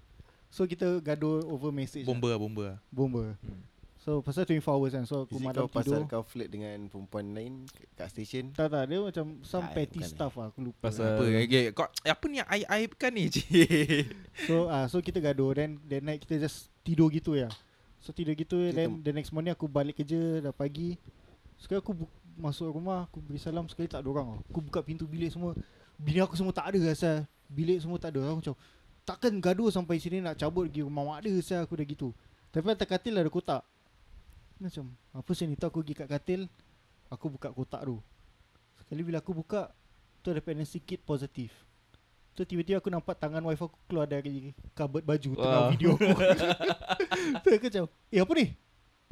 B: So kita gaduh over message.
D: Bomba lah bomba lah
B: Bomba.
D: Hmm.
B: So pasal 24 hours kan So aku
E: Is it
B: malam
E: kau pasal
B: tidur
E: kau flirt dengan perempuan lain kat- kat station?
B: Tak tak dia macam Some
E: Ah,
B: petty
E: bukan eh.
B: stuff lah Aku lupa
C: Pasal-
D: Apa okay. Kau, Apa ni yang aib-aib kan ni Cik
B: So ah uh, so kita gaduh Then that night kita just Tidur gitu ya So tidur gitu
E: Kita-
B: Then the next morning aku balik kerja Dah pagi Sekali aku bu- masuk rumah Aku beri salam Sekali tak ada orang tau. Aku buka pintu bilik semua Bini aku semua tak ada asal Bilik semua tak ada Aku macam Takkan gaduh sampai sini Nak cabut pergi rumah mak dia asal Aku dah gitu Tapi atas katil ada kotak Macam Apa sini tu aku pergi kat katil Aku buka kotak tu Sekali bila aku buka Tu ada pregnancy kit positif Tu tiba-tiba aku nampak tangan wife aku keluar dari cupboard baju tengah
C: Wah.
B: video aku. tu aku macam, eh apa ni?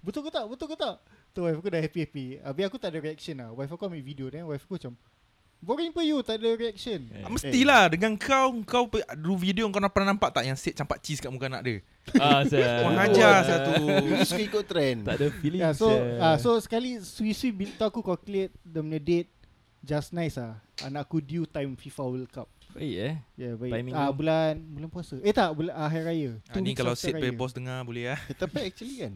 B: Betul ke tak? Betul ke tak? Tu wife aku dah happy-happy. Habis aku tak ada reaction lah. Wife aku ambil video then wife aku macam, boring pun you, tak ada reaction.
D: Eh. Ah, Mestilah Dengan kau Kau pe- dulu video Kau nak pernah nampak tak Yang set campak cheese kat muka anak dia
C: Ah, saya.
D: Kau hajar satu
E: Dia suka ikut trend.
C: Tak ada feeling.
B: Yeah, so
C: sia.
B: uh, so sekali sui-sui bila tu aku calculate the punya date just nice ah. Anak aku due time FIFA World Cup.
C: baik eh.
B: Ya yeah, baik.
C: Timing
B: Ah
C: dia.
B: bulan bulan puasa. Eh tak, bulan ah, hari raya.
D: ha,
B: Two
D: Ni
B: weeks
D: kalau
B: after
D: set
B: raya.
D: pay boss dengar Boleh lah
E: Tapi actually kan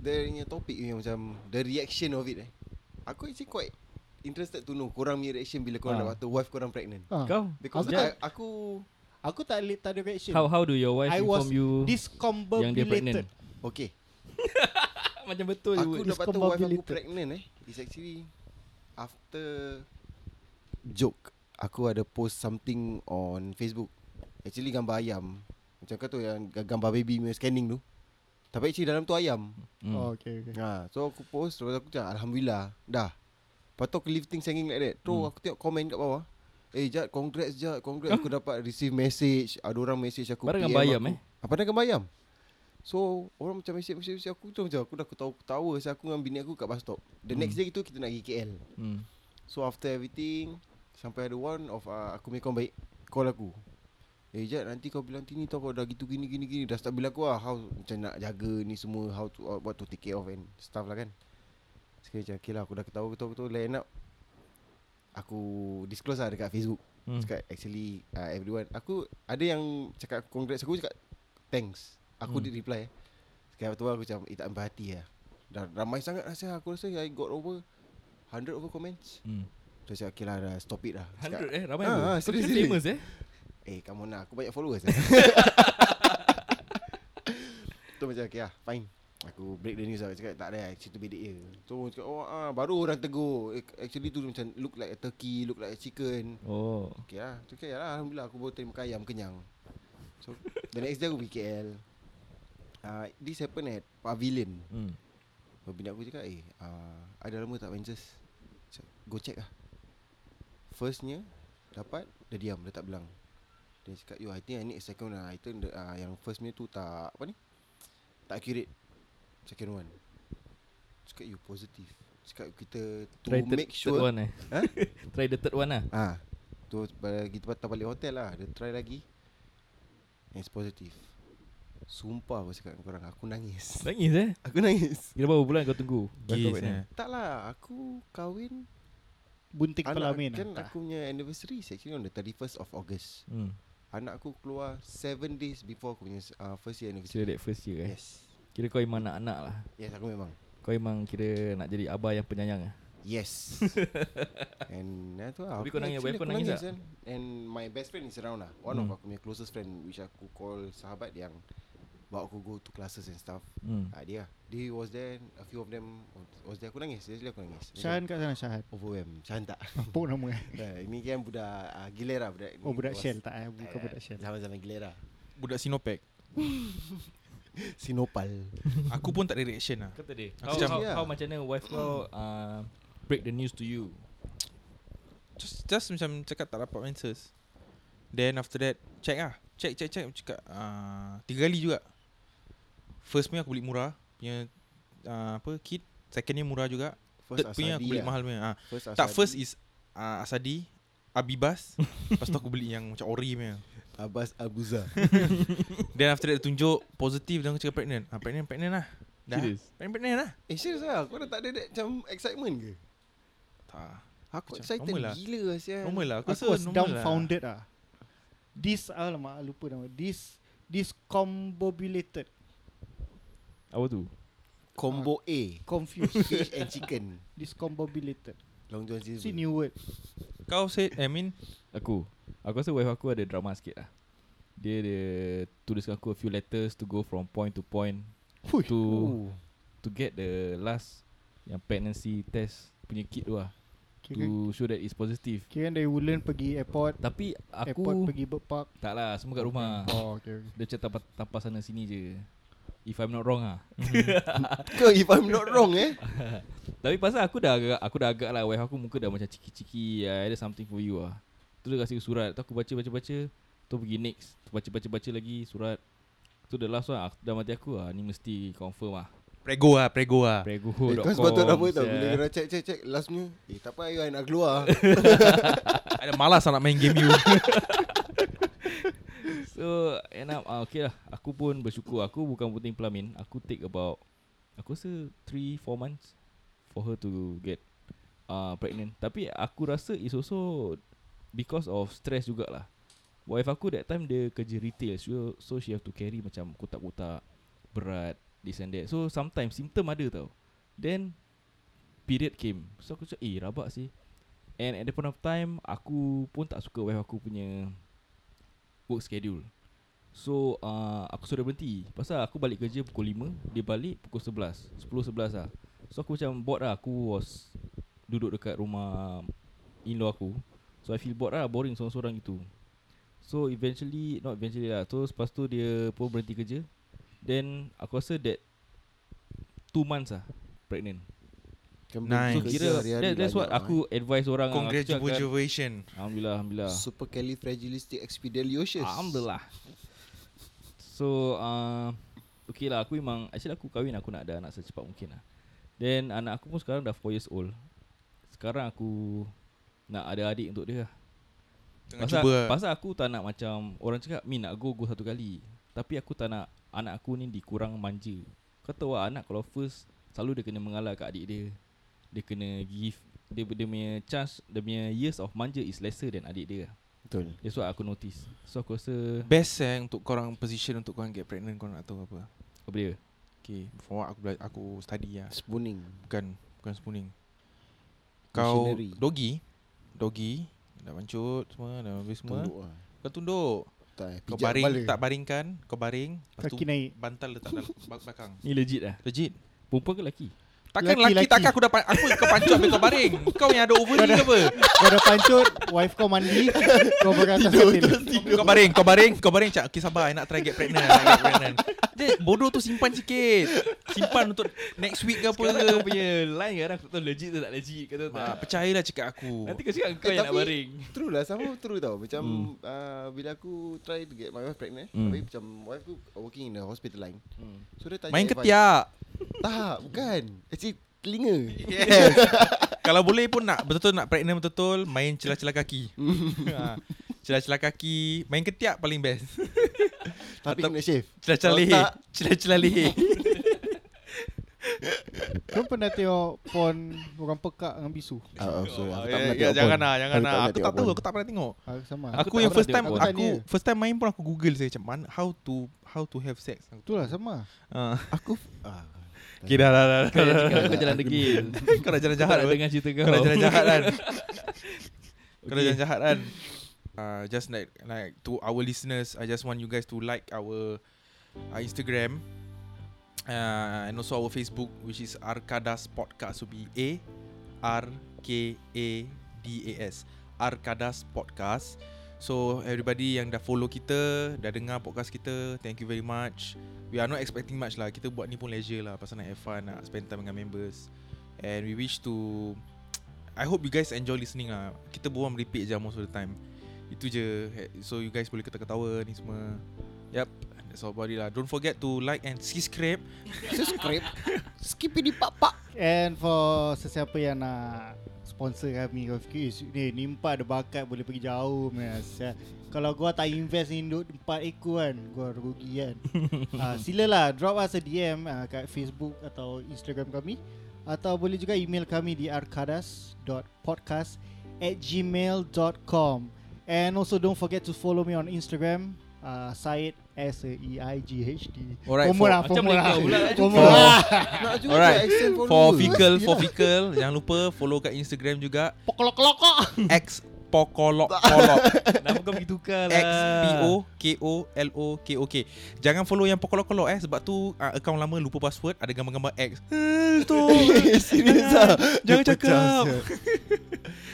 E: Dia punya topik ni yang macam The reaction of it eh Aku actually quite Interested to know Korang punya reaction Bila
C: Ah.
E: korang dapat tu Wife korang pregnant
B: Ah.
C: Kau
E: Because
B: Aku
E: aku,
B: tak-
E: aku
B: Aku tak li- tak ada reaction.
C: how how do your wife
B: I was
C: inform you yang dia
B: discombobulated.
C: pregnant?
E: Okay
C: Macam betul you.
E: Aku
B: It's
E: dapat tu wife aku
B: combobulated.
E: pregnant eh It's actually After Joke Aku ada post something on Facebook Actually gambar ayam Macam kau tu yang gambar baby punya scanning tu Tapi actually dalam tu ayam
C: Hmm.
B: Oh okay okay.
E: Ha, so aku post Lepas tu aku cakap Alhamdulillah Dah Lepas tu aku leave things hanging like that Tu
C: Hmm.
E: aku tengok komen kat bawah Eh Jad congrats Jad Congrats aku dapat receive message Ada orang message aku
C: Barang
E: PM
C: gambar ayam
E: aku.
C: eh.
E: Apa dah gambar ayam So orang macam message message, message aku tu macam Aku dah ketawa-ketawa Saya aku dengan bini aku kat bus stop The
C: Hmm.
E: next day gitu kita nak pergi KL
C: Hmm.
E: So after everything Sampai ada one of uh, Aku punya kawan baik Call aku Eh Jad nanti kau bilang Tini tau kau dah gitu gini gini gini Dah start bilang aku lah How macam nak jaga ni semua How to uh, what to take care of and stuff lah kan Sekali macam okay lah aku dah ketawa ketawa ketawa Lain up Aku disclose lah dekat Facebook
C: Hmm.
E: hmm. Cakap actually uh, everyone Aku ada yang cakap congrats aku cakap Thanks Aku
C: Hmm.
E: hmm. did reply eh. Sekarang tu aku macam Eh tak ambil hati lah Dah ramai sangat rasa Aku rasa I got over 100 over comments
C: Hmm.
E: Terus cakap okay lah dah stop it lah Cakap,
C: 100 eh ramai
E: Ah,
C: tu.
E: ah,
C: Kau
E: serius,
C: kira
E: serius.
C: famous eh.
E: Eh come on lah Aku banyak followers lah Tu macam okay lah Fine Aku break the news lah Cakap tak ada Actually tu bedek je Tu orang cakap oh, ah, Baru orang tegur Eh, Actually tu macam Look like a turkey Look like a chicken
C: Oh.
E: Okay lah Tu okay lah Alhamdulillah aku baru terima makan ayam Kenyang So The next day aku pergi KL uh, This happened at Pavilion
C: Hmm.
E: So, Bini aku cakap Eh uh, I dah lama tak Manchester Go check lah Firstnya Dapat Dia diam Dia tak bilang Dia cakap Yo I think I need a second one lah. I think the, uh, Yang first punya tu tak Apa ni Tak accurate Second one Cakap you positive Cakap kita To
C: Try third,
E: make sure
C: third one eh.
E: Ha?
C: Try the third one lah.
E: Ah, tu bagi tempat balik hotel lah. Dia try lagi. It's positive. Sumpah aku cakap dengan korang Aku nangis
C: Nangis eh.
E: Aku nangis
C: Kira berapa bulan kau tunggu? Baru kau
D: Gis,
C: pregnant.
D: eh.
E: Tak lah Aku kahwin
B: Bunting
E: anak,
B: pelamin.
E: Kan
B: ah.
E: aku punya anniversary is Actually on the 31st of August
C: Hmm.
E: Anak aku keluar 7 days before aku punya uh, first year anniversary
C: Kira that first year eh.
E: Yes
C: Kira kau memang nak anak lah.
E: Yes aku memang
C: Kau memang kira nak jadi abah yang penyayang ah.
E: Yes And nah, tu lah
C: Tapi
E: aku
C: kau nangis,
E: actually
C: wife kau
E: aku
C: nangis tak?
E: kan. And my best friend is around lah One
C: Hmm.
E: of aku punya closest friend Which aku call sahabat yang Bawa aku go to classes and stuff
C: Hmm.
E: Ah, dia Dia was there A few of them was- Was there Aku nangis Seriously aku nangis Macam
B: Syahan kat sana Syahan.
E: Overwhelmed Syahan tak
B: Apa nama eh?
E: Ah, Ini kan budak uh, Gilera budak ni
B: Oh budak
E: was-
B: Shell tak eh?
E: Ah,
B: Bukan budak Shell.
E: Zaman-zaman Gilera
D: Budak Sinopec
E: Sinopal
D: Aku pun tak ada reaction lah
C: Kau tadi.
D: Aku
C: How,
D: macam-
C: how,
E: Yeah.
C: how macam mana wife kau uh, break the news to you?
D: Just, just macam cakap tak dapat menses Then after that Check lah Check check check Cakap uh, Tiga kali juga First punya aku beli murah Punya uh, Apa Kit Secondnya murah juga First Third punya aku beli
E: lah.
D: mahal punya ha.
E: first
D: Tak
E: Asadi.
D: first is uh, Asadi Abibas Lepas tu aku beli yang Macam ori punya
E: Abbas Abuza
D: Then after that tunjuk Positif Dan aku cakap pregnant ha, Pregnant pregnant lah Dah
C: Serious?
D: Pregnant pregnant lah
E: Eh serius lah Kau dah tak ada that, Macam excitement ke
D: Tak
E: Aku
D: Macam
E: excited
D: normal lah.
E: gila lah sial
D: Normal lah Aku,
B: Aku
D: rasa
B: was
D: normal
B: dumbfounded ah. This alamak lupa nama. This discombobulated.
C: Apa tu?
E: Combo A
B: Confused.
E: Fish and chicken
B: Discombobulated.
E: Long John Silver
B: See new word.
D: Kau said I mean
C: Aku Aku rasa wife aku ada drama sikit lah Dia dia Tuliskan aku a few letters To go from point to point
B: Hui.
C: To To get the last Yang pregnancy test Punya kit tu lah
B: Kira
C: To show that it's positive
B: kira dari Woodland pergi airport.
C: Tapi
B: Airport
C: aku
B: pergi Bird Park.
C: Tak lah Semua kat rumah
B: Oh, okay.
C: Dia macam tampar, tampar sana sini je If I'm not wrong ah.
E: Kau if I'm not wrong eh
C: Tapi pasal aku dah agak Aku dah agak lah Wife aku muka dah macam ciki-ciki I ada something for you ah. Tu dia kasi aku surat Tu aku baca-baca-baca Tu pergi next Tu baca-baca-baca lagi surat Tu the last one aku, Dah mati aku ah. Ni mesti confirm ah.
D: Prego lah Prego lah
E: Eh,
C: Prego.com
E: Kau sepatut apa tau Bila kena check check check Last punya Eh tak apa ayuh I nak keluar
D: Ada malas lah nak main game you
C: So end up ah, Okay lah Aku pun bersyukur Aku bukan puting pelamin Aku take about Aku rasa 3-4 months For her to get uh, Pregnant Tapi aku rasa It's also Because of stress jugalah Wife aku that time Dia kerja retail So, so she have to carry Macam kotak-kotak Berat This and that So sometimes Symptom ada tau Then Period came So aku cakap Eh rabak sih And at the point of time Aku pun tak suka Wife aku punya work schedule So uh, aku sudah berhenti Pasal aku balik kerja pukul 5 Dia balik pukul 11 10-11 lah So aku macam bored lah Aku was duduk dekat rumah in-law aku So I feel bored lah Boring seorang-seorang gitu So eventually Not eventually lah So lepas tu dia pun berhenti kerja Then aku rasa that Two months lah Pregnant
D: Nice.
C: So kira that, That's what aku advise orang lah. Aku cakap,
D: Congratulations
C: Alhamdulillah Alhamdulillah
E: Super califragilistic expialidocious
C: Alhamdulillah So uh, Okay lah aku memang Actually aku kahwin aku nak ada anak secepat mungkin lah Then anak aku pun sekarang dah 4 years old Sekarang aku Nak ada adik untuk dia lah
D: Tengah
C: pasal,
D: cuba
C: pasal aku tak nak macam Orang cakap Min nak go go satu kali Tapi aku tak nak Anak aku ni dikurang manja Kau tahu lah anak kalau first Selalu dia kena mengalah kat adik dia Dia kena give Dia, dia punya chance Dia punya years of manja is lesser than adik dia lah.
E: Betul
C: That's what aku notice So aku rasa
D: Best eh untuk korang position untuk korang get pregnant korang nak tahu apa
C: Apa dia?
D: Okay From what aku, bela- aku study lah
E: Spooning
D: Bukan Bukan spooning Kau
E: Missionary.
D: Doggy Doggy Dah mancut semua Dah habis semua
E: Tunduk lah
D: Kau tunduk
E: Tak eh,
D: Kau
E: pijak
D: baring
E: kepala.
D: Tak baringkan Kau baring Lepas tu
B: Kaki naik.
D: bantal letak dalam bak- belakang
C: Ni legit lah
D: Legit
C: Perempuan ke lelaki?
D: Takkan
B: Laki,
D: laki,
B: laki.
D: takkan aku dah pa- Aku kau pancut Habis kau baring Kau yang ada ovary ke apa
B: Kau dah pancut, wife kau mandi, kau beratas katil.
D: Kau baring Kau baring Kau baring cak Okay sabar I nak try get pregnant I nak get pregnant Dia bodoh tu simpan sikit Simpan untuk Next week ke apa
C: Sekarang
D: ke
C: kau punya line kadang Kau tahu legit ke tak legit Kau tahu
D: Ah,
C: tak
D: percayalah cakap aku.
C: Nanti kau cakap kau
E: Eh,
C: yang nak
E: tapi-
C: baring
E: True lah Sama true tau Macam
C: Hmm.
E: uh, Bila aku try to get my wife pregnant
C: Hmm.
E: Tapi macam Wife aku working in the hospital line So dia tanya
D: Main
E: advice.
D: ketiak.
E: Tak bukan Actually telinga
D: Yes. Kalau boleh pun nak betul-betul nak pregnant betul-betul main celah-celah kaki. ha. Celah-celah kaki, main ketiak paling best.
E: Tapi
D: Atau-
E: kena shave
D: Celah-celah
E: Kalau
D: leher,
E: tak-
D: celah-celah leher.
B: Kau pernah tengok porn orang pekak dengan bisu?
E: Ah, ah, so aku tak pernah
D: Ya, ya,
E: tengok
D: jangan
E: porn.
D: lah, jangan lah. Aku
E: Aku pernah
D: tak tahu,
E: tengok
D: aku tak pernah tengok.
B: Ah, sama.
D: Aku
C: tak
D: yang
C: pernah
D: first time
C: tengok
D: aku,
B: pun.
D: aku
B: Tanya.
D: first time main pun aku Google saya macam mana how to how to have sex. Aku
B: Itulah sama.
D: Ah.
E: porn. Aku f- ah,
D: Okay, dah, dah, dah,
C: Kau
D: dah.
C: yang cakap kau jalan degil
D: Kau dah jalan
C: Jahat
D: jahat. apa?
C: dengan cerita kau
D: Kau dah jalan jahat kan. Kau dah
C: Okay.
D: jalan jahat kan. Uh, just like like to our listeners, I just want you guys to like our our Instagram uh, and also our Facebook, which is Arkadas Podcast. So be A R K A D A S Arkadas Podcast. So everybody yang dah follow kita, dah dengar podcast kita, thank you very much. We are not expecting much lah. Kita buat ni pun leisure lah pasal nak have fun, nak spend time dengan members. And we wish to I hope you guys enjoy listening lah Kita buang repeat je most of the time Itu je So you guys boleh ketawa-ketawa ni semua Yep That's all about it lah Don't forget to like and subscribe
E: Subscribe Skippity pap pap
B: And for sesiapa yang nak sponsor kami kau fikir "Is- ni ni empat ada bakat boleh pergi jauh man. Sial. Kalau gua tak invest ni duk empat ekor kan, gua rugi kan. uh, sila lah drop us a DM uh, kat Facebook atau Instagram kami atau boleh juga email kami di arkadas.podcast at gmail.com And also don't forget to follow me on Instagram uh, Syed S E I G H D.
D: Alright,
B: Formal
D: for-
B: lah,
C: Macam
B: formal
C: boleh
B: lah.
C: kau pula, eh.
B: Formal
D: For-
B: lah.
E: Nak juga
D: Alright.
E: buat accent follower.
D: For Fickle For Fickle Jangan lupa Follow kat Instagram juga Pokolok-kolok X Pokolok-kolok
C: Nama kau pergi tukar lah
D: X P O K O L O K O K. Jangan follow yang pokolok-kolok eh sebab tu uh, akaun lama lupa password ada gambar-gambar X. Eh, tu.
E: Serius lah
D: Jangan cakap.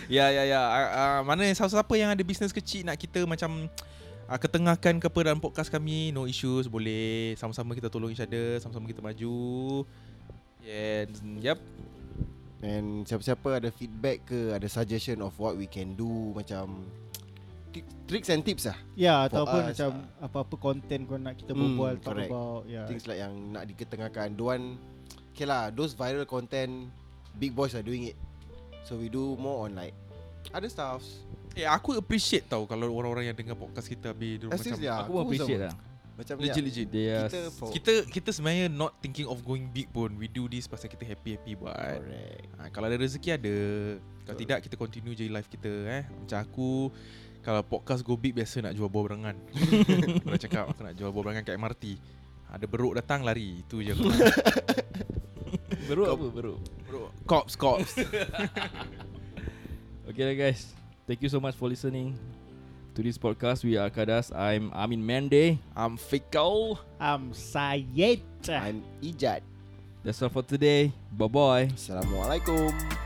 D: ya ya ya. Uh, uh, mana siapa-siapa yang ada bisnes kecil nak kita macam uh, ketengahkan ke apa dalam podcast kami, no issues boleh. Sama-sama kita tolong each other, sama-sama kita maju. Yeah, yep.
E: And siapa-siapa ada feedback ke Ada suggestion of what we can do Macam tri- Tricks and tips lah
B: Ya,
E: For
B: ataupun
E: us,
B: macam
E: ah.
B: apa-apa content kau nak kita
E: Hmm,
B: berbual talk
E: correct.
B: about. Ya.
E: Things like yang nak diketengahkan Don't Okay lah Those viral content Big boys are doing it So we do more on like Other stuffs
D: Eh aku appreciate tau kalau orang-orang yang dengar podcast kita habis dia
E: Ah,
D: orang macam
E: seriously lah,
C: Aku pun appreciate
E: sama.
C: lah
E: Macam ya,
D: legit legit.
C: They are
E: Kita for
D: Kita kita sebenarnya not thinking of going big pun. We do this pasal kita happy-happy buat.
E: Correct
D: Ha, kalau ada rezeki ada. Kalau tidak kita continue je live kita eh. Macam aku kalau podcast go big biasa nak jual buah berangan. Orang cakap aku nak jual buah berangan kat MRT. Ada beruk datang lari Itu je aku nak.
C: Beruk apa beruk
D: Beruk Cops cops
C: Okay lah guys Thank you so much for listening To this podcast We are Kadas I'm Amin Mende
D: I'm fickle
B: I'm Syed.
E: I'm Ijat
C: That's all for today Bye bye
E: Assalamualaikum